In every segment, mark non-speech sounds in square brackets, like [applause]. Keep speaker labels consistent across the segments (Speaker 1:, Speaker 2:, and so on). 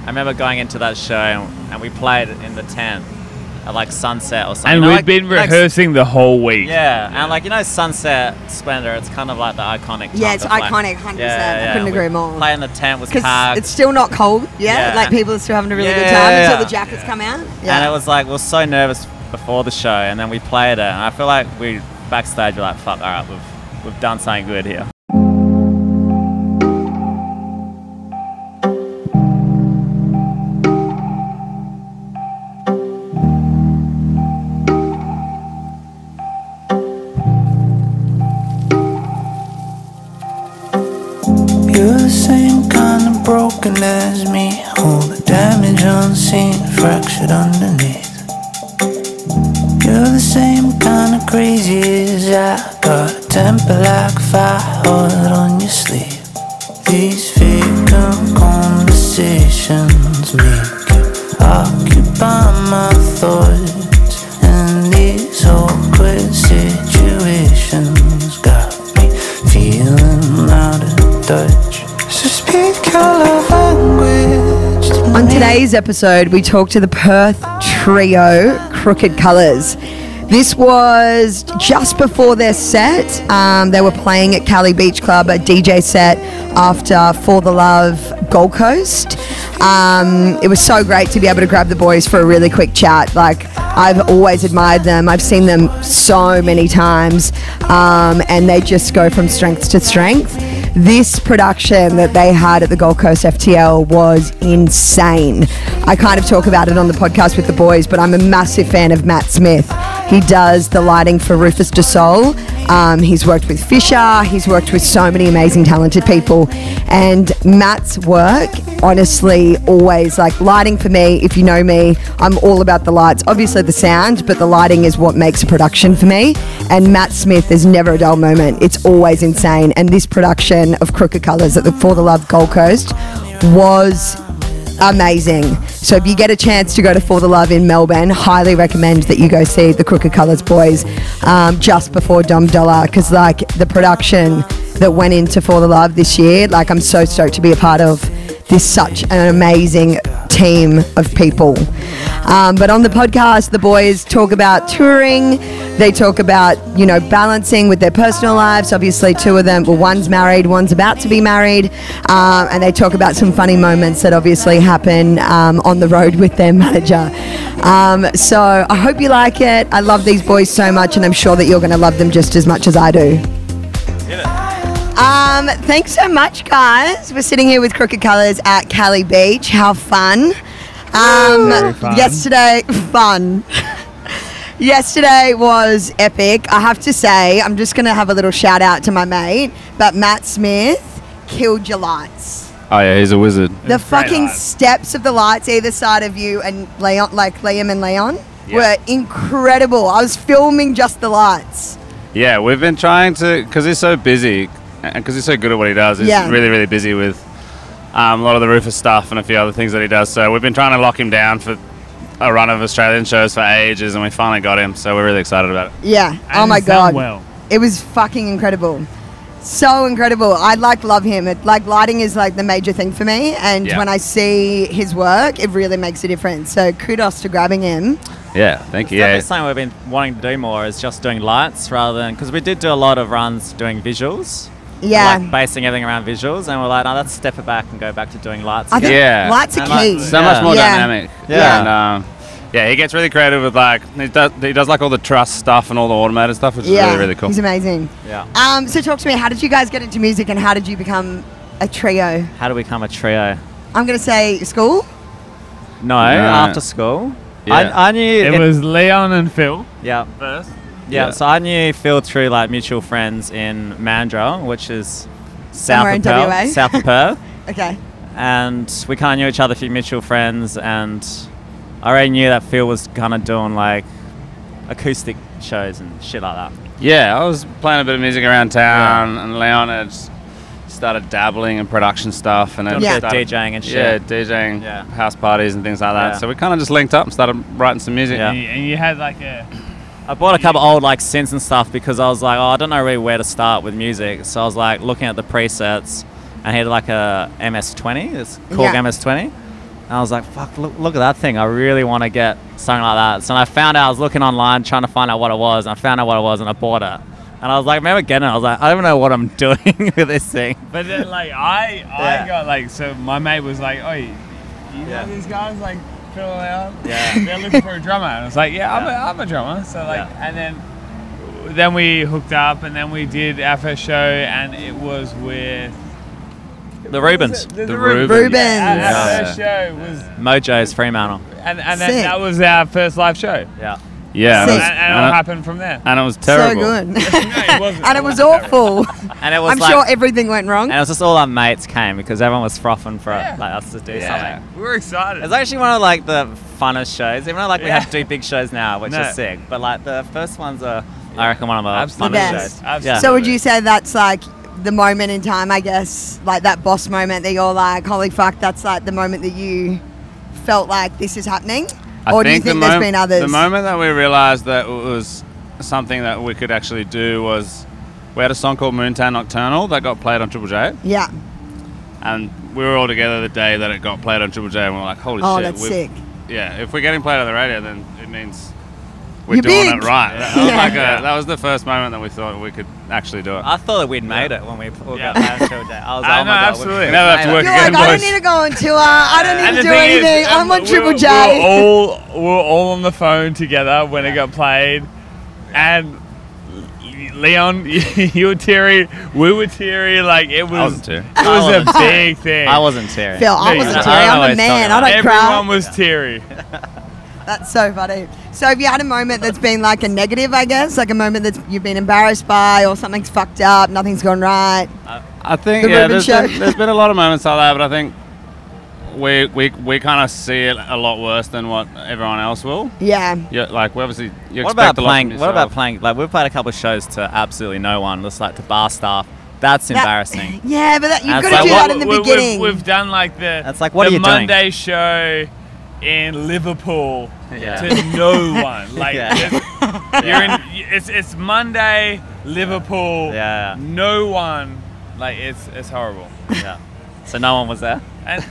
Speaker 1: I remember going into that show and, and we played in the tent at like sunset or something.
Speaker 2: And
Speaker 1: You know,
Speaker 2: we've
Speaker 1: like-
Speaker 2: been
Speaker 1: like-
Speaker 2: rehearsing the whole week.
Speaker 1: yeah, and like you know, sunset splendor. It's kind of like the iconic.
Speaker 3: Yeah,
Speaker 1: time
Speaker 3: it's
Speaker 1: to play.
Speaker 3: iconic, 100%. I couldn't
Speaker 1: we
Speaker 3: agree more.
Speaker 1: Play in the tent with
Speaker 3: Because
Speaker 1: Carg,
Speaker 3: it's still not cold, yeah?
Speaker 1: Yeah.
Speaker 3: Like people are still having a really good
Speaker 1: Yeah,
Speaker 3: time
Speaker 1: yeah,
Speaker 3: until
Speaker 1: yeah.
Speaker 3: the jackets come out.
Speaker 1: and it was like we were so nervous before the show, and then we played it, and I feel like we backstage were like, "Fuck, all right, we've we've done something good here."
Speaker 4: You're the same kind of broken as me. All the damage unseen, fractured underneath. You're the same kind of crazy as I. Got a temper like fire, hard on your sleeve. These vacant conversations make you occupy my thoughts. And these awkward situations got me feeling out of touch. So speak your love language. to
Speaker 3: On
Speaker 4: me.
Speaker 3: today's episode, we talked to the Perth trio Crooked Colours. This was just before their set. Um, they were playing at Cali Beach Club, a DJ set after For the Love Gold Coast. Um, it was so great to be able to grab the boys for a really quick chat. Like, I've always admired them, I've seen them so many times, um, and they just go from strength to strength this production that they had at the Gold Coast FTL was insane. I kind of talk about it on the podcast with the boys, but I'm a massive fan of Matt Smith. He does the lighting for Rufus DeSol. Um, he's worked with Fisher. He's worked with so many amazing, talented people. And Matt's work, honestly, always like lighting for me. If you know me, I'm all about the lights. Obviously, the sound, but the lighting is what makes a production for me. And Matt Smith, there's never a dull moment. It's always insane. And this production of Crooked Colors at the For the Love Gold Coast was amazing. So if you get a chance to go to For the Love in Melbourne, highly recommend that you go see the Crooked Colors boys um, just before Dom Dollar because like the production that went into For the Love this year, like I'm so stoked to be a part of. This such an amazing team of people. Um, but on the podcast, the boys talk about touring. They talk about you know balancing with their personal lives. Obviously, two of them. Well, one's married, one's about to be married, um, and they talk about some funny moments that obviously happen um, on the road with their [laughs] manager. Um, so I hope you like it. I love these boys so much, and I'm sure that you're going to love them just as much as I do. Um, thanks so much, guys. We're sitting here with Crooked Colors at Cali Beach. How fun! Um,
Speaker 2: Very fun.
Speaker 3: Yesterday, [laughs] fun. yesterday was epic. I have to say, I'm just gonna have a little shout out to my mate, but Matt Smith killed your lights.
Speaker 5: Oh yeah, he's a wizard.
Speaker 3: The fucking
Speaker 2: lights.
Speaker 3: steps of the lights either side of you and Leon, like Liam and Leon,
Speaker 5: Yeah.
Speaker 3: were incredible. I was filming just the lights.
Speaker 5: Yeah, we've been trying to because he's so busy and because he's so good at what he does. He's
Speaker 3: Yeah.
Speaker 5: really, really busy with um, a lot of the Rufus stuff and a few other things that he does. So we've been trying to lock him down for a run of Australian shows for ages, and we finally got him. So we're really excited about it.
Speaker 3: Yeah. oh
Speaker 2: And
Speaker 3: my
Speaker 2: he's done
Speaker 3: god.
Speaker 2: well.
Speaker 3: It was fucking incredible. So incredible. I like love him. It, like lighting is like the major thing for me and
Speaker 5: Yeah.
Speaker 3: when I see his work it really makes a difference. So kudos to grabbing him.
Speaker 5: Yeah, thank you.
Speaker 1: Yeah.
Speaker 5: Yeah,
Speaker 1: Something we've been wanting to do more is just doing lights rather than because we did do a lot of runs doing visuals.
Speaker 3: Yeah.
Speaker 1: Like basing everything around visuals, and we're like, oh, let's step it back and go back to doing lights.
Speaker 3: I think
Speaker 1: again."
Speaker 5: Yeah.
Speaker 3: lights are
Speaker 1: And, like,
Speaker 3: key.
Speaker 5: so much more
Speaker 3: Yeah.
Speaker 5: dynamic.
Speaker 1: Yeah.
Speaker 5: and, um, yeah, he gets really creative with like he does, he does like all the trust stuff and all the automated stuff, which is really, really cool.
Speaker 3: He's amazing.
Speaker 1: yeah.
Speaker 3: Um, so talk to me, how did you guys get into music and how did you become a trio?
Speaker 1: How do we become a trio?
Speaker 3: I'm gonna say school.
Speaker 1: No, after school.
Speaker 5: Yeah.
Speaker 1: I, I knew
Speaker 2: [laughs] It was Leon and Phil
Speaker 1: yeah.
Speaker 2: first.
Speaker 1: Yeah,
Speaker 5: Yeah.
Speaker 1: so I knew Phil through like mutual friends in Mandurah, which is south
Speaker 3: Somewhere in
Speaker 1: of,
Speaker 3: WA.
Speaker 1: Perth, south of Perth,
Speaker 3: Okay.
Speaker 1: and we kind of knew each other through mutual friends, and I already knew that Phil was kind of doing like acoustic shows and shit like that.
Speaker 5: Yeah, I was playing a bit of music around town, and Leon had s- started dabbling in production stuff, and then
Speaker 1: Doing a
Speaker 3: Yeah.
Speaker 1: bit of
Speaker 5: started-
Speaker 1: DJing and shit.
Speaker 5: Yeah, DJing,
Speaker 1: Yeah.
Speaker 5: house parties and things like that.
Speaker 1: Yeah.
Speaker 5: So we kind of just linked up and started writing some music.
Speaker 1: Yeah.
Speaker 2: And, you, and you had like a.
Speaker 1: I bought a couple old like synths and stuff because I was like, oh, I don't know really where to start with music. So I was like looking at the presets, and he had like a MS20. It's called
Speaker 3: Yeah.
Speaker 1: MS20. And I was like, fuck, look, look at that thing. I really want to get something like that. So I found out, I was looking online trying to find out what it was. And I found out what it was and I bought it. And I was like, remember getting it? I was like, I don't know what I'm [laughs] doing with this thing.
Speaker 2: But then, like, I I
Speaker 1: Yeah.
Speaker 2: got like, so my mate was like, "Oh, you know
Speaker 1: Yeah.
Speaker 2: these guys like Phil and Leon?
Speaker 1: Yeah.
Speaker 2: [laughs] they're looking for a drummer." And I was like, "Yeah,
Speaker 1: Yeah.
Speaker 2: I'm, a, I'm a drummer." So like,
Speaker 1: Yeah.
Speaker 2: and then then we hooked up, and then we did our first show, and it was with
Speaker 1: The Rubens.
Speaker 2: The,
Speaker 5: The
Speaker 2: Rubens.
Speaker 5: Rubens.
Speaker 3: Rubens.
Speaker 2: Our
Speaker 1: Yeah.
Speaker 2: first show was,
Speaker 1: Mojo's Fremantle.
Speaker 2: and and then
Speaker 3: Sick.
Speaker 2: that was our first live show,
Speaker 1: Yeah.
Speaker 5: Yeah,
Speaker 2: and,
Speaker 3: Sick.
Speaker 5: and,
Speaker 2: and it
Speaker 5: and, it,
Speaker 2: happened from there.
Speaker 5: and it was
Speaker 3: So
Speaker 1: [laughs]
Speaker 5: terrible.
Speaker 3: good.
Speaker 2: it
Speaker 3: [laughs]
Speaker 2: wasn't.
Speaker 3: and it was awful.
Speaker 1: And it was
Speaker 3: I'm
Speaker 1: like,
Speaker 3: sure everything went wrong.
Speaker 1: and it was just all our mates came because everyone was frothing for
Speaker 2: Yeah.
Speaker 1: it, like us to do
Speaker 5: Yeah.
Speaker 1: something.
Speaker 2: We were excited.
Speaker 1: It's actually one of like the funnest shows. Even though like we
Speaker 2: Yeah.
Speaker 1: have two big shows now, which
Speaker 2: No.
Speaker 1: is sick. But like the first ones are, I reckon, one of the
Speaker 2: Absolutely.
Speaker 1: funnest
Speaker 3: Best.
Speaker 1: shows.
Speaker 2: Absolutely.
Speaker 3: So would you say that's like the moment in time, I guess, like that boss moment that you're like, holy fuck, that's like the moment that you felt like this is happening?
Speaker 5: I
Speaker 3: or do you
Speaker 5: the
Speaker 3: think there's
Speaker 5: mom-
Speaker 3: been others?
Speaker 5: The moment that we realized that it was something that we could actually do was we had a song called Moontown Nocturnal that got played on Triple J,
Speaker 3: yeah.
Speaker 2: Oh,
Speaker 5: and we were all together the day that it got played on Triple J, and we are like, holy
Speaker 3: Oh,
Speaker 5: shit.
Speaker 3: that's
Speaker 5: we've-
Speaker 2: [laughs]
Speaker 3: sick.
Speaker 5: Yeah, if we're getting played on the radio, then it means we're
Speaker 3: You're
Speaker 5: doing
Speaker 3: big.
Speaker 5: it right. That, was
Speaker 3: Yeah.
Speaker 5: like a, that was the first moment that we thought we could actually do it.
Speaker 1: I thought that we'd made it when we pulled
Speaker 2: Yeah.
Speaker 1: out that show day. I was like,
Speaker 2: I
Speaker 1: oh
Speaker 2: know,
Speaker 1: my god,
Speaker 2: absolutely.
Speaker 1: we've
Speaker 5: Never have to
Speaker 1: made it.
Speaker 5: work
Speaker 3: You're
Speaker 5: again,
Speaker 3: like, I don't
Speaker 5: boys.
Speaker 3: need to go on tour. I don't need
Speaker 2: And the
Speaker 3: to do
Speaker 2: thing is,
Speaker 3: anything. I'm
Speaker 2: um,
Speaker 3: on
Speaker 2: we
Speaker 3: Triple
Speaker 2: were-
Speaker 3: J.
Speaker 2: We were all, we were all on the phone together when it got played, and Leon, [laughs] you were teary, we were teary. Like it was,
Speaker 5: wasn't teary.
Speaker 2: it
Speaker 1: I
Speaker 2: was
Speaker 1: wasn't
Speaker 2: a big thing.
Speaker 1: I wasn't tearing.
Speaker 3: Phil, I
Speaker 2: Yeah,
Speaker 3: wasn't
Speaker 2: I
Speaker 3: teary.
Speaker 1: don't know what
Speaker 3: I'm a
Speaker 1: he's talking
Speaker 3: man. I
Speaker 1: about.
Speaker 3: don't
Speaker 2: Everyone
Speaker 3: cry.
Speaker 2: was teary.
Speaker 3: That's so funny. So have you had a moment that's been like a negative, I guess? Like a moment that you've been embarrassed by or something's fucked up, nothing's gone right?
Speaker 5: I think
Speaker 3: The
Speaker 5: yeah,
Speaker 3: Reuben
Speaker 5: there's
Speaker 3: show.
Speaker 5: been, there's been a lot of moments like that, but
Speaker 1: [laughs]
Speaker 5: I think we we, we kind of see it a lot worse than what everyone else will.
Speaker 3: Yeah.
Speaker 5: Yeah, like we obviously you
Speaker 1: What about
Speaker 5: expect a lot
Speaker 1: playing?
Speaker 5: From
Speaker 1: What about
Speaker 5: yourself.
Speaker 1: playing? Like we've played a couple of shows to absolutely no one, just like to bar staff. That's
Speaker 3: That- [laughs]
Speaker 1: embarrassing.
Speaker 3: yeah, but that, you've
Speaker 1: That's
Speaker 3: got to
Speaker 1: like
Speaker 3: do
Speaker 1: what-
Speaker 3: that in the
Speaker 2: We- we-
Speaker 3: beginning.
Speaker 2: We've, we've done like the
Speaker 1: That's like, what
Speaker 2: the
Speaker 1: are you doing?
Speaker 2: Monday show in Liverpool
Speaker 1: Yeah.
Speaker 2: to no one. Like
Speaker 1: Yeah.
Speaker 2: it's- you're in, it's it's Monday Liverpool.
Speaker 1: Yeah.
Speaker 2: No one. Like it's it's horrible.
Speaker 1: yeah. So no one was there.
Speaker 2: And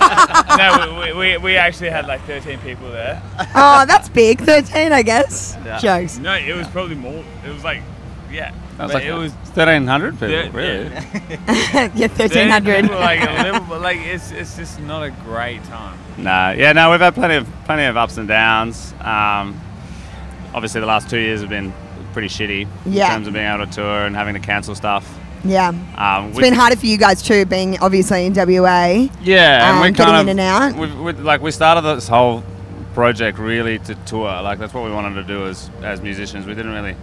Speaker 2: no, we, we, we actually had like 13 people there.
Speaker 3: oh, that's big. 13, I guess.
Speaker 1: Yeah.
Speaker 3: Jokes. [laughs]
Speaker 2: No, it was probably more. It was like, yeah.
Speaker 5: That was
Speaker 2: but
Speaker 5: like
Speaker 2: it
Speaker 1: [laughs]
Speaker 2: was
Speaker 5: thirteen hundred people,
Speaker 2: Yeah,
Speaker 5: [laughs] really.
Speaker 2: yeah.
Speaker 3: yeah,
Speaker 2: 13
Speaker 3: 1300.
Speaker 2: people, like, um, a little, but, like it's, it's just not a great time.
Speaker 5: Nah, yeah, no, we've had plenty of plenty of ups and downs. Um, obviously, the last two years have been pretty shitty
Speaker 3: Yeah.
Speaker 5: in terms of being able to tour and having to cancel stuff.
Speaker 3: [laughs] yeah.
Speaker 5: Um,
Speaker 3: It's been harder for you guys too, being obviously in WA.
Speaker 5: Yeah,
Speaker 3: um,
Speaker 5: and we
Speaker 3: getting
Speaker 5: kind of
Speaker 3: in and out.
Speaker 5: We've, we like we started this whole project really to tour. Like that's what we wanted to do as as musicians. We didn't really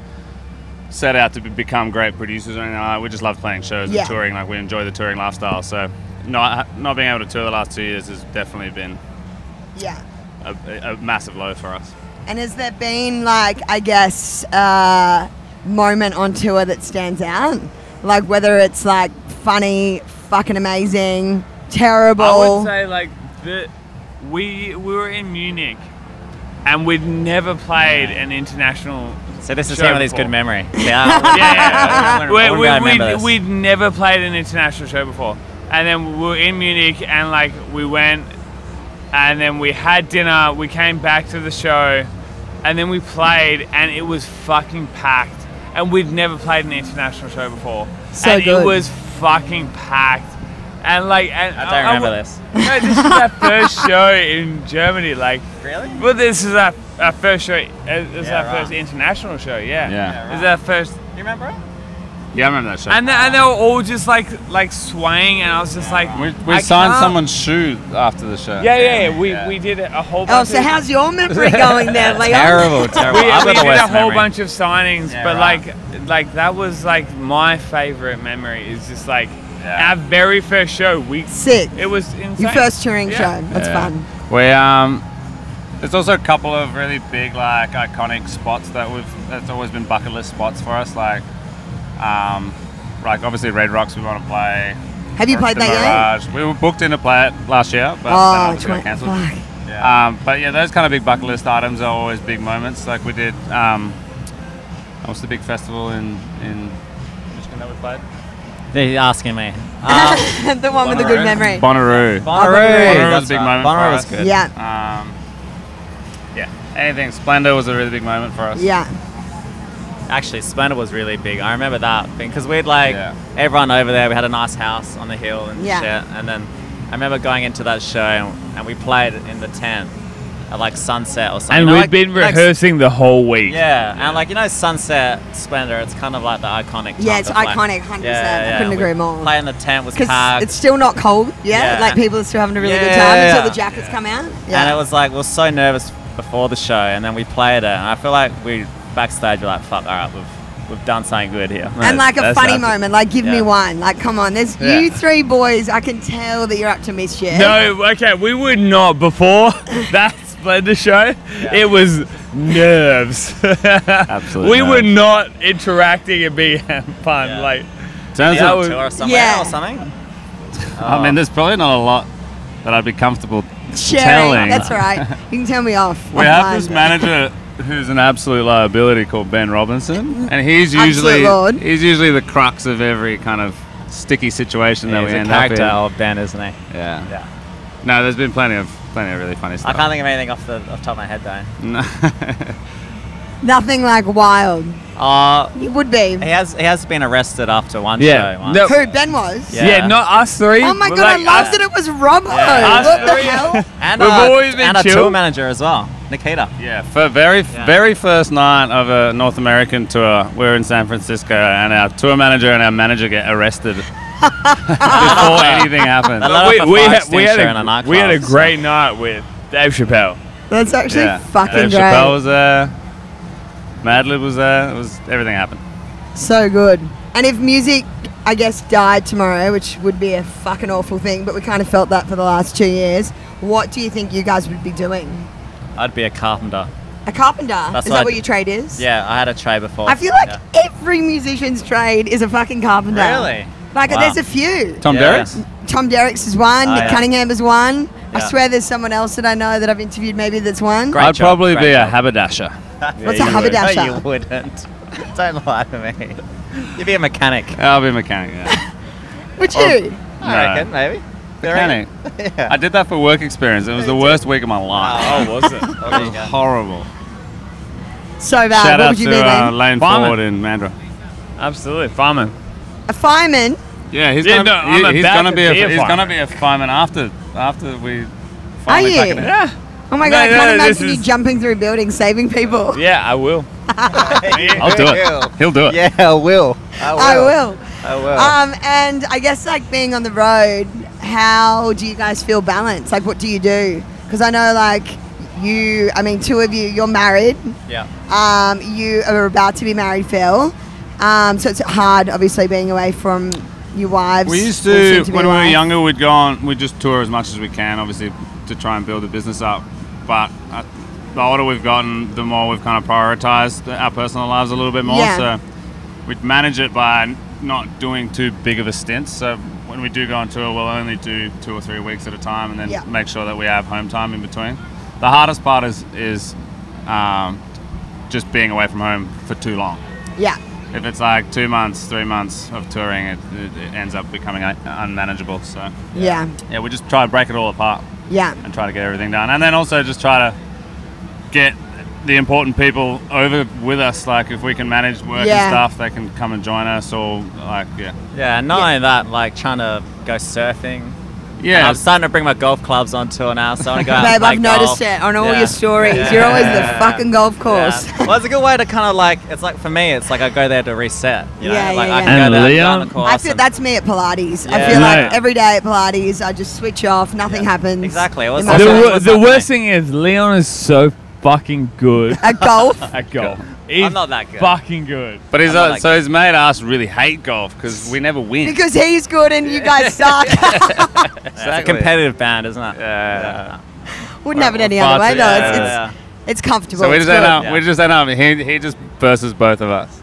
Speaker 5: set out to be, become great producers or anything. Like that. We just love playing shows
Speaker 3: Yeah.
Speaker 5: and touring. Like we enjoy the touring lifestyle. So not not being able to tour the last two years has definitely been
Speaker 3: Yeah.
Speaker 5: a, a massive low for us.
Speaker 3: And has there been, like, I guess, uh, moment on tour that stands out? Like, whether it's like funny, fucking amazing, terrible.
Speaker 2: I would say like the we we were in Munich, and we'd never played an international.
Speaker 1: So this is
Speaker 2: show
Speaker 1: him with his
Speaker 2: before.
Speaker 1: good memory. Yeah.
Speaker 2: Yeah, [laughs] yeah, yeah.
Speaker 1: I wouldn't
Speaker 2: we,
Speaker 1: really
Speaker 2: we,
Speaker 1: remember
Speaker 2: we'd,
Speaker 1: this.
Speaker 2: we'd never played an international show before, and then we were in Munich, and like we went, and then we had dinner. We came back to the show, and then we played, and it was fucking packed. And we'd never played an international show before,
Speaker 3: So
Speaker 2: and
Speaker 3: good.
Speaker 2: it was fucking packed. And like, and
Speaker 1: I don't remember this.
Speaker 2: [laughs] No, this is our first show in Germany. Like,
Speaker 1: Really?
Speaker 2: well, this is our, our first show. It was
Speaker 1: Yeah,
Speaker 2: our
Speaker 1: right.
Speaker 2: first international show. Yeah.
Speaker 5: Yeah.
Speaker 2: It was our first
Speaker 1: You remember? it?
Speaker 5: Yeah, I remember that show.
Speaker 2: and, the, and they were all just like like swaying, and I was just like,
Speaker 5: we we
Speaker 2: I
Speaker 5: signed
Speaker 2: can't-
Speaker 5: someone's shoe after the show.
Speaker 2: Yeah, yeah, yeah. We, we did a whole.
Speaker 3: oh,
Speaker 2: bunch
Speaker 3: so
Speaker 2: of,
Speaker 3: how's your
Speaker 2: [laughs]
Speaker 3: memory going there, Leon?
Speaker 1: Terrible, terrible.
Speaker 2: We,
Speaker 1: I've
Speaker 2: we
Speaker 1: got the
Speaker 2: did
Speaker 1: worst
Speaker 2: a whole
Speaker 1: memory.
Speaker 2: bunch of signings,
Speaker 1: Yeah,
Speaker 2: but
Speaker 1: right.
Speaker 2: like like that was like my favorite memory is just like
Speaker 5: Yeah.
Speaker 2: our very first show. We
Speaker 3: Sick.
Speaker 2: it was insane.
Speaker 3: Your first touring
Speaker 2: Yeah.
Speaker 3: show. That's
Speaker 5: Yeah.
Speaker 3: fun.
Speaker 5: We um, there's also a couple of really big like iconic spots that we've that's always been bucket list spots for us. Like, um, like obviously Red Rocks we want to play.
Speaker 3: Have you played
Speaker 5: the
Speaker 3: that
Speaker 5: Mirage. We were booked in to play it last year, but
Speaker 3: yet?
Speaker 5: then
Speaker 3: Oh,
Speaker 5: obviously got
Speaker 3: 20,
Speaker 5: cancelled.
Speaker 3: fuck.
Speaker 5: Um, but yeah, those kind of big bucket list items are always big moments. Like we did, um, what's the big festival in in Michigan that we played?
Speaker 1: I think He's asking me.
Speaker 3: [laughs] the one with the good memory.
Speaker 5: Bonnaroo.
Speaker 1: Bonnaroo.
Speaker 5: Bonnaroo was a big moment
Speaker 1: Bonnaroo
Speaker 5: for
Speaker 1: was
Speaker 5: us.
Speaker 1: good.
Speaker 3: Yeah.
Speaker 5: Um, yeah. Anything. Splendor was a really big moment for us.
Speaker 3: Yeah.
Speaker 1: Actually, Splendor was really big. I remember that because we'd like
Speaker 5: Yeah.
Speaker 1: everyone over there. We had a nice house on the hill and
Speaker 3: Yeah.
Speaker 1: shit. And then I remember going into that show and, and we played in the tent at like sunset or something.
Speaker 2: And
Speaker 1: You know,
Speaker 2: we've
Speaker 1: like-
Speaker 2: been
Speaker 1: like-
Speaker 2: rehearsing the whole week.
Speaker 1: yeah, and like you know, sunset Splendor. It's kind of like the iconic.
Speaker 3: Yeah,
Speaker 1: type
Speaker 3: it's
Speaker 1: of, like-
Speaker 3: iconic, 100%. I couldn't
Speaker 1: We
Speaker 3: agree more.
Speaker 1: Playing the tent was
Speaker 3: Because
Speaker 1: packed.
Speaker 3: it's still not cold yet.
Speaker 1: Yeah.
Speaker 3: Like people are still having a really good
Speaker 1: Yeah,
Speaker 3: time
Speaker 1: yeah,
Speaker 3: until
Speaker 1: yeah.
Speaker 3: the jackets come out.
Speaker 1: And it was like we were so nervous before the show, and then we played it, and I feel like we backstage were like, "Fuck, all right, we've we've done something good here."
Speaker 3: and like a
Speaker 1: That's
Speaker 3: funny
Speaker 1: happened.
Speaker 3: moment, like give me
Speaker 1: Yeah.
Speaker 3: one. Like come on, there's
Speaker 1: Yeah.
Speaker 3: you three boys. I can tell that you're up to mischief.
Speaker 2: No, okay, we were not before [laughs] that Splendor show. It was nerves.
Speaker 5: Absolutely.
Speaker 2: [laughs] we were not interacting and being [laughs] fun.
Speaker 1: Yeah.
Speaker 2: Like,
Speaker 5: Turns
Speaker 1: Yeah,
Speaker 5: out,
Speaker 1: we- or somewhere
Speaker 3: Yeah.
Speaker 1: or something.
Speaker 5: I mean, there's probably not a lot that I'd be comfortable
Speaker 3: sharing.
Speaker 5: telling.
Speaker 3: That's right. You can tell me off.
Speaker 5: We have
Speaker 3: offline.
Speaker 5: this manager who's an absolute liability called Ben Robinson, and he's
Speaker 3: Absolute
Speaker 5: usually
Speaker 3: lord.
Speaker 5: he's usually the crux of every kind of sticky situation that
Speaker 1: He's
Speaker 5: we
Speaker 1: a
Speaker 5: end
Speaker 1: character
Speaker 5: up
Speaker 1: of Ben, isn't he?
Speaker 5: in. Yeah.
Speaker 1: Yeah.
Speaker 5: No, there's been plenty of plenty of really funny
Speaker 1: I
Speaker 5: stuff.
Speaker 1: can't think of anything off the off the top of my head though.
Speaker 5: [laughs]
Speaker 3: Nothing like wild.
Speaker 1: Uh,
Speaker 3: It would be.
Speaker 1: he has he has been arrested after one
Speaker 2: Yeah.
Speaker 1: show. Once.
Speaker 2: No.
Speaker 3: Who Ben was.
Speaker 1: Yeah.
Speaker 2: yeah. not us three.
Speaker 3: Oh my
Speaker 2: but
Speaker 3: god, I
Speaker 2: like
Speaker 3: loved
Speaker 2: us-
Speaker 3: that it was Robbo.
Speaker 1: Yeah.
Speaker 3: What the
Speaker 2: Us-
Speaker 3: hell?
Speaker 1: And
Speaker 2: We've
Speaker 1: our,
Speaker 2: always been
Speaker 1: and our
Speaker 2: chill.
Speaker 1: tour manager as well, Nikita.
Speaker 5: Yeah, for very very first night of a North American tour, we were in San Francisco, and our tour manager and our manager get arrested
Speaker 2: [laughs]
Speaker 5: before anything happens.
Speaker 1: I love-
Speaker 2: we,
Speaker 1: Not a fire
Speaker 2: we, had, we, had
Speaker 1: extinguisher in a
Speaker 2: a,
Speaker 1: nightclub,
Speaker 2: we had a
Speaker 1: so.
Speaker 2: great night with Dave Chappelle.
Speaker 3: That's actually
Speaker 5: Yeah.
Speaker 3: fucking
Speaker 5: Dave Chappelle
Speaker 3: great.
Speaker 5: was there. Madlib was there. It was everything happened.
Speaker 3: So good. And if music, I guess, died tomorrow, which would be a fucking awful thing, but we kind of felt that for the last two years. What do you think you guys would be doing?
Speaker 1: I'd be a carpenter.
Speaker 3: A carpenter? is
Speaker 1: what
Speaker 3: that
Speaker 1: I
Speaker 3: what
Speaker 1: d-
Speaker 3: your trade is?
Speaker 1: Yeah, I had a tray before.
Speaker 3: I feel like
Speaker 1: Yeah.
Speaker 3: every musician's trade is a fucking carpenter.
Speaker 1: Really?
Speaker 3: Like
Speaker 1: Wow.
Speaker 3: there's a few.
Speaker 5: Tom
Speaker 1: Yeah.
Speaker 5: Derricks.
Speaker 3: Tom Derricks is one.
Speaker 1: Oh,
Speaker 3: Nick
Speaker 1: yeah.
Speaker 3: Cunningham is one. I
Speaker 1: Yeah.
Speaker 3: swear there's someone else that I know that I've interviewed maybe that's one.
Speaker 1: Great
Speaker 5: I'd
Speaker 1: job,
Speaker 5: probably
Speaker 1: great
Speaker 5: be
Speaker 1: job.
Speaker 5: a haberdasher.
Speaker 3: What's
Speaker 1: you would. [laughs] No,
Speaker 3: a haberdasher?
Speaker 1: you wouldn't. Don't lie to me. You'd be a [laughs] mechanic.
Speaker 5: I'll be a mechanic. Yeah.
Speaker 3: Would
Speaker 1: Oh.
Speaker 3: you?
Speaker 1: I
Speaker 5: [laughs] No.
Speaker 1: reckon, maybe.
Speaker 5: mechanic.
Speaker 1: [laughs] Yeah.
Speaker 5: I did that for work experience. It
Speaker 1: [laughs]
Speaker 5: was the worst week of my life.
Speaker 1: oh, was it? [laughs]
Speaker 5: It was horrible.
Speaker 3: So bad.
Speaker 5: Shout
Speaker 3: what
Speaker 5: out
Speaker 3: would you
Speaker 5: to
Speaker 3: be
Speaker 5: uh,
Speaker 3: then?
Speaker 5: Lane
Speaker 2: Farmer.
Speaker 5: Forward in Mandra.
Speaker 2: Absolutely, fireman.
Speaker 3: a fireman.
Speaker 5: Yeah, he's
Speaker 2: Yeah,
Speaker 5: gonna,
Speaker 2: no, I'm
Speaker 5: Um, he- he's
Speaker 2: about
Speaker 5: gonna
Speaker 2: to
Speaker 5: be a,
Speaker 2: be a
Speaker 5: he's
Speaker 2: farmer.
Speaker 5: gonna be a fireman after after we finally
Speaker 3: you?
Speaker 5: pack it in.
Speaker 2: Yeah,
Speaker 3: Oh my
Speaker 2: No,
Speaker 3: god, I
Speaker 2: no,
Speaker 3: can't
Speaker 2: this
Speaker 3: imagine you
Speaker 2: is-
Speaker 3: jumping through buildings saving people.
Speaker 2: yeah, I will.
Speaker 5: I'll do it. He'll do it.
Speaker 1: Yeah, I will. I will.
Speaker 3: I will.
Speaker 1: I will.
Speaker 3: Um, and I guess like being on the road, how do you guys feel balanced? Like, what do you do? Because I know like you, I mean, two of you, you're married.
Speaker 1: yeah.
Speaker 3: Um, you are about to be married, Phil. Um, so it's hard, obviously, being away from your wives.
Speaker 5: We used
Speaker 3: who
Speaker 5: to,
Speaker 3: seem be
Speaker 5: when we were
Speaker 3: wife.
Speaker 5: younger, we'd go on, we'd just tour as much as we can, obviously, to try and build the business up. But uh, the older we've gotten, the more we've kind of prioritized our personal lives a little bit more.
Speaker 3: Yeah.
Speaker 5: So we'd manage it by not doing too big of a stint. So when we do go on tour, we'll only do two or three weeks at a time and then
Speaker 3: Yeah.
Speaker 5: make sure that we have home time in between. The hardest part is, is um, just being away from home for too long
Speaker 3: Yeah.
Speaker 5: if it's like two months, three months of touring, it, it, it ends up becoming un- unmanageable. So
Speaker 3: Yeah.
Speaker 5: yeah, we just try to break it all apart
Speaker 3: Yeah.
Speaker 5: and try to get everything done, and then also just try to get the important people over with us. Like if we can manage work
Speaker 3: Yeah.
Speaker 5: and stuff, they can come and join us, or like yeah,
Speaker 1: Yeah, and not only that, like trying to go surfing. And
Speaker 5: yeah.
Speaker 1: I'm starting to bring my golf clubs on tour now, so I want to go out and
Speaker 3: Babe,
Speaker 1: play
Speaker 3: I've noticed
Speaker 1: golf.
Speaker 3: it on all
Speaker 1: Yeah.
Speaker 3: your stories. You're always the fucking golf course. [laughs]
Speaker 1: Yeah. Well, it's a good way to kind of like, it's like for me, it's like I go there to reset. You know?
Speaker 3: Yeah,
Speaker 1: like
Speaker 3: yeah,
Speaker 1: I
Speaker 3: yeah.
Speaker 1: can
Speaker 5: And
Speaker 1: go there and go
Speaker 5: Leon?
Speaker 1: on the course.
Speaker 3: I feel
Speaker 1: and-
Speaker 3: that's me at Pilates. I
Speaker 1: Yeah.
Speaker 3: feel like
Speaker 5: Yeah.
Speaker 3: every day at Pilates, I just switch off. Nothing happens.
Speaker 1: Exactly, it was
Speaker 3: In
Speaker 1: like-
Speaker 3: my
Speaker 2: [laughs] The,
Speaker 1: That's
Speaker 3: mind.
Speaker 2: wo-
Speaker 1: what's
Speaker 2: the
Speaker 1: happening.
Speaker 2: worst thing is Leon is so fucking good
Speaker 3: At golf,
Speaker 2: [laughs] at golf. He's
Speaker 1: I'm not that good.
Speaker 2: Fucking good.
Speaker 5: But he's
Speaker 1: I
Speaker 5: uh,
Speaker 1: like
Speaker 5: so he's made us really hate golf because we never win.
Speaker 3: because he's good and you guys suck. [laughs]
Speaker 1: It's a competitive band, isn't
Speaker 5: Uh,
Speaker 1: it?
Speaker 5: Yeah.
Speaker 3: Wouldn't have it any
Speaker 5: Well,
Speaker 3: other way
Speaker 5: parts-
Speaker 3: though.
Speaker 5: yeah,
Speaker 3: it's, it's,
Speaker 1: yeah.
Speaker 3: it's comfortable.
Speaker 5: So we
Speaker 3: it's
Speaker 5: just end
Speaker 3: good.
Speaker 5: up,
Speaker 1: Yeah.
Speaker 5: we just end up. He, he just versus both of us.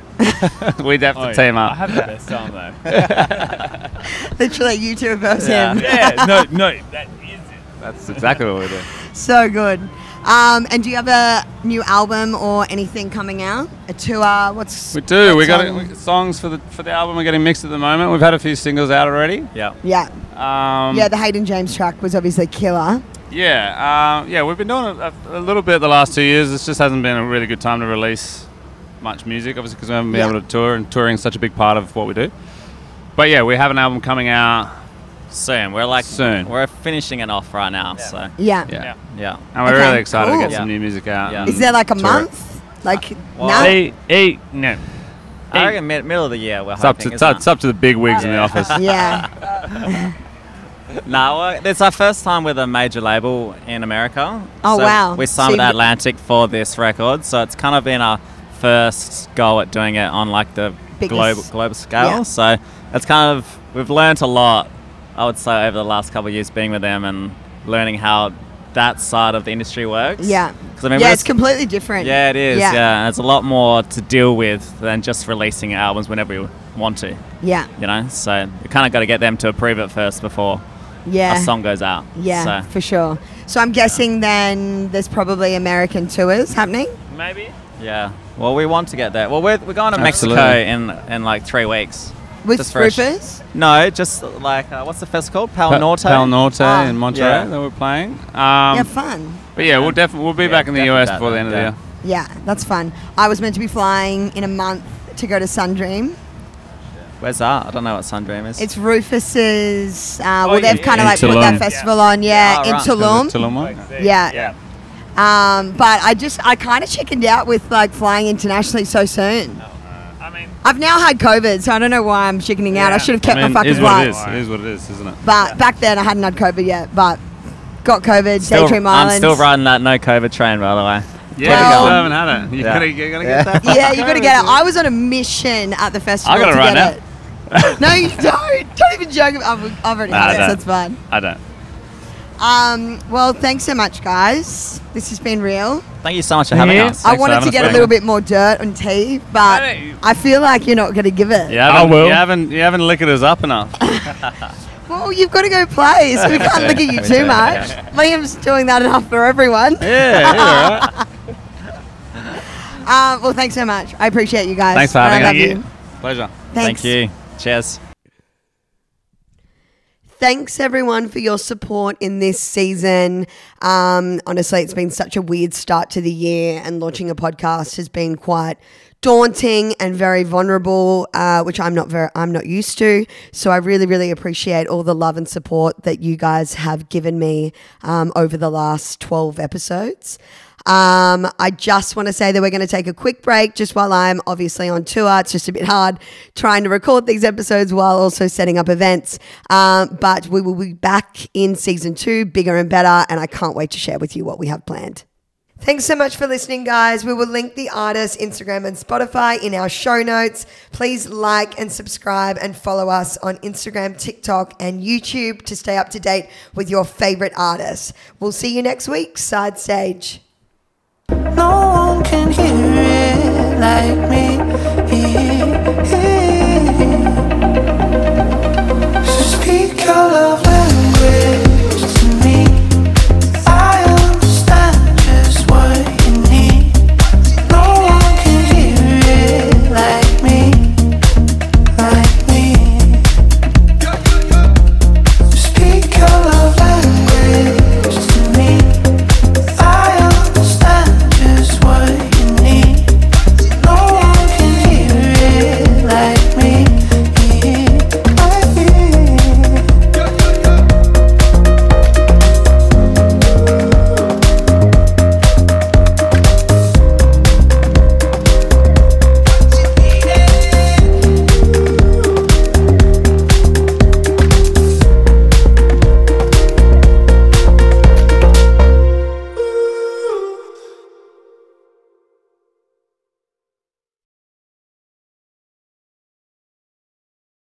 Speaker 5: [laughs] We'd have to
Speaker 2: Oh, yeah.
Speaker 5: team
Speaker 2: I
Speaker 5: up.
Speaker 2: have the best time [laughs] though.
Speaker 3: Literally, you two versus
Speaker 1: Yeah.
Speaker 3: him.
Speaker 2: yeah, no, no, that is it.
Speaker 5: That's exactly what we do.
Speaker 3: [laughs] So good. Um, and do you have a new album or anything coming out? A tour? What's
Speaker 5: We do. We
Speaker 3: what's
Speaker 5: got
Speaker 3: on-
Speaker 5: we- songs for the for the album. We're getting mixed at the moment. We've had a few singles out already.
Speaker 1: Yeah.
Speaker 3: yeah,
Speaker 5: Um,
Speaker 3: yeah. The Hayden James track was obviously killer.
Speaker 5: Yeah, uh, yeah, we've been doing a, a, a little bit the last two years. It just hasn't been a really good time to release much music, obviously, because we haven't been
Speaker 3: Yeah.
Speaker 5: able to tour, and touring is such a big part of what we do. But yeah, we have an album coming out.
Speaker 1: Soon. We're like
Speaker 5: Soon.
Speaker 1: We're finishing it off right now. So
Speaker 3: Yeah. Mm.
Speaker 5: Yeah,
Speaker 1: yeah. yeah.
Speaker 5: and we're
Speaker 3: Okay,
Speaker 5: really excited to get
Speaker 1: cool.
Speaker 5: some
Speaker 1: Yeah.
Speaker 5: new music out.
Speaker 1: Yeah.
Speaker 5: and
Speaker 3: Is there like a
Speaker 5: tour it.
Speaker 3: month? Like
Speaker 1: Well,
Speaker 3: now?
Speaker 1: they-
Speaker 2: Eight, eight, no.
Speaker 1: I reckon mid- middle of the year we're
Speaker 5: It's up to
Speaker 1: hoping.
Speaker 5: it's,
Speaker 1: isn't
Speaker 5: up- it's up to the big wigs in the office.
Speaker 3: yeah.
Speaker 1: it? Nah, we're- it's our first time with a major label in America.
Speaker 3: Oh,
Speaker 1: So
Speaker 3: wow.
Speaker 1: We
Speaker 3: So
Speaker 1: signed with
Speaker 3: you've-
Speaker 1: Atlantic for this record, so it's kind of been our first go at doing it on like the
Speaker 3: Biggest-
Speaker 1: global global scale.
Speaker 3: Yeah.
Speaker 1: So it's kind of we've learnt a lot, I would say, over the last couple of years being with them and learning how that side of the industry works.
Speaker 3: Yeah.
Speaker 1: 'Cause I mean,
Speaker 3: yeah,
Speaker 1: we're
Speaker 3: it's completely different.
Speaker 1: Yeah, it is. Yeah. and it's a lot more to deal with than just releasing albums whenever you want to.
Speaker 3: Yeah.
Speaker 1: You know, so you kind of got to get them to approve it first before
Speaker 3: Yeah.
Speaker 1: a song goes out.
Speaker 3: Yeah,
Speaker 1: So,
Speaker 3: for sure. So I'm guessing then there's probably American tours happening.
Speaker 2: Maybe?
Speaker 1: yeah. Well, we want to get there. Well, we're, we're going to
Speaker 5: Absolutely.
Speaker 1: Mexico in in like three weeks.
Speaker 3: With
Speaker 1: Just for a sh-
Speaker 3: Rufus?
Speaker 1: No, just like uh, what's the festival called? [laughs] Pal
Speaker 5: Pa-
Speaker 1: Norte.
Speaker 5: Pal Norte
Speaker 3: Ah.
Speaker 5: in Monterey
Speaker 1: Yeah.
Speaker 5: that we're playing. Um,
Speaker 3: yeah, fun.
Speaker 5: but yeah, we'll definitely we'll be
Speaker 1: Yeah,
Speaker 5: back in the
Speaker 1: definitely
Speaker 5: US
Speaker 1: that
Speaker 5: before the
Speaker 1: then,
Speaker 5: end of the
Speaker 1: yeah.
Speaker 5: year.
Speaker 3: Yeah, that's fun. I was meant to be flying in a month to go to Sundream.
Speaker 1: Where's that? I don't know what Sundream is.
Speaker 3: It's Rufus's. Uh, well,
Speaker 2: yeah,
Speaker 3: they've
Speaker 2: yeah.
Speaker 3: kind of
Speaker 5: In
Speaker 3: like put
Speaker 5: Tulum.
Speaker 3: that festival on, yeah,
Speaker 1: Ah,
Speaker 3: in
Speaker 1: right.
Speaker 3: Tulum.
Speaker 5: Is it Tulum one?
Speaker 3: Yeah. Um, but I just, I kind of chickened out with like flying internationally so soon.
Speaker 2: I mean,
Speaker 3: I've now had COVID, so I don't know why I'm chickening out. I
Speaker 2: Yeah.
Speaker 3: should have
Speaker 5: I
Speaker 3: kept
Speaker 5: mean, it
Speaker 3: my fucking
Speaker 5: is what it
Speaker 3: flights.
Speaker 5: is. It is what it is, isn't it?
Speaker 3: But back then I hadn't had COVID yet, but got COVID,
Speaker 1: Still-
Speaker 3: Daydream Island.
Speaker 1: I'm still riding that no COVID train, by the way.
Speaker 5: Yeah,
Speaker 3: Well-
Speaker 5: you still haven't had it. You
Speaker 1: Yeah.
Speaker 5: gotta, you gotta get that.
Speaker 3: [laughs] Yeah, you gotta get it. I was on a mission at the festival
Speaker 5: gotta
Speaker 3: to
Speaker 5: run
Speaker 3: get it. no, you [laughs] don't. Don't even joke about I've, I've already
Speaker 5: Nah,
Speaker 3: had it,
Speaker 5: I
Speaker 3: so
Speaker 5: don't.
Speaker 3: it's fine.
Speaker 5: I don't.
Speaker 3: Um, well, thanks so much, guys. This has been real.
Speaker 1: Thank you so much for having
Speaker 2: Yeah.
Speaker 1: us.
Speaker 3: I
Speaker 5: Thanks for
Speaker 3: wanted
Speaker 5: having
Speaker 3: to
Speaker 5: us,
Speaker 3: get a
Speaker 5: mate.
Speaker 3: little bit more dirt on tea, but
Speaker 2: I don't-
Speaker 3: I feel like you're not gonna give it.
Speaker 5: You haven't, You haven't, you haven't liquored us up enough.
Speaker 3: Well, you've got to go play,
Speaker 5: [laughs]
Speaker 3: so we can't look at you too much. Liam's doing that enough for everyone.
Speaker 5: yeah, all right.
Speaker 3: [laughs] Uh, well, thanks so much. I appreciate you guys.
Speaker 5: Thanks for
Speaker 3: And
Speaker 5: having
Speaker 3: I
Speaker 5: us.
Speaker 3: love you.
Speaker 5: Pleasure.
Speaker 3: Thanks.
Speaker 1: Thank you. Cheers.
Speaker 3: Thanks everyone for your support in this season. Um, honestly, it's been such a weird start to the year, and launching a podcast has been quite daunting and very vulnerable, uh, which I'm not very I'm not used to. So I really, really appreciate all the love and support that you guys have given me um, over the last 12 episodes. Um, I just want to say that we're going to take a quick break just while I'm obviously on tour. It's just a bit hard trying to record these episodes while also setting up events. Um, but we will be back in season two, bigger and better. And I can't wait to share with you what we have planned. Thanks so much for listening, guys. We will link the artist, Instagram, and Spotify in our show notes. Please like and subscribe and follow us on Instagram, TikTok, and YouTube to stay up to date with your favorite artists. We'll see you next week, Side Stage.
Speaker 4: No one can hear it like me.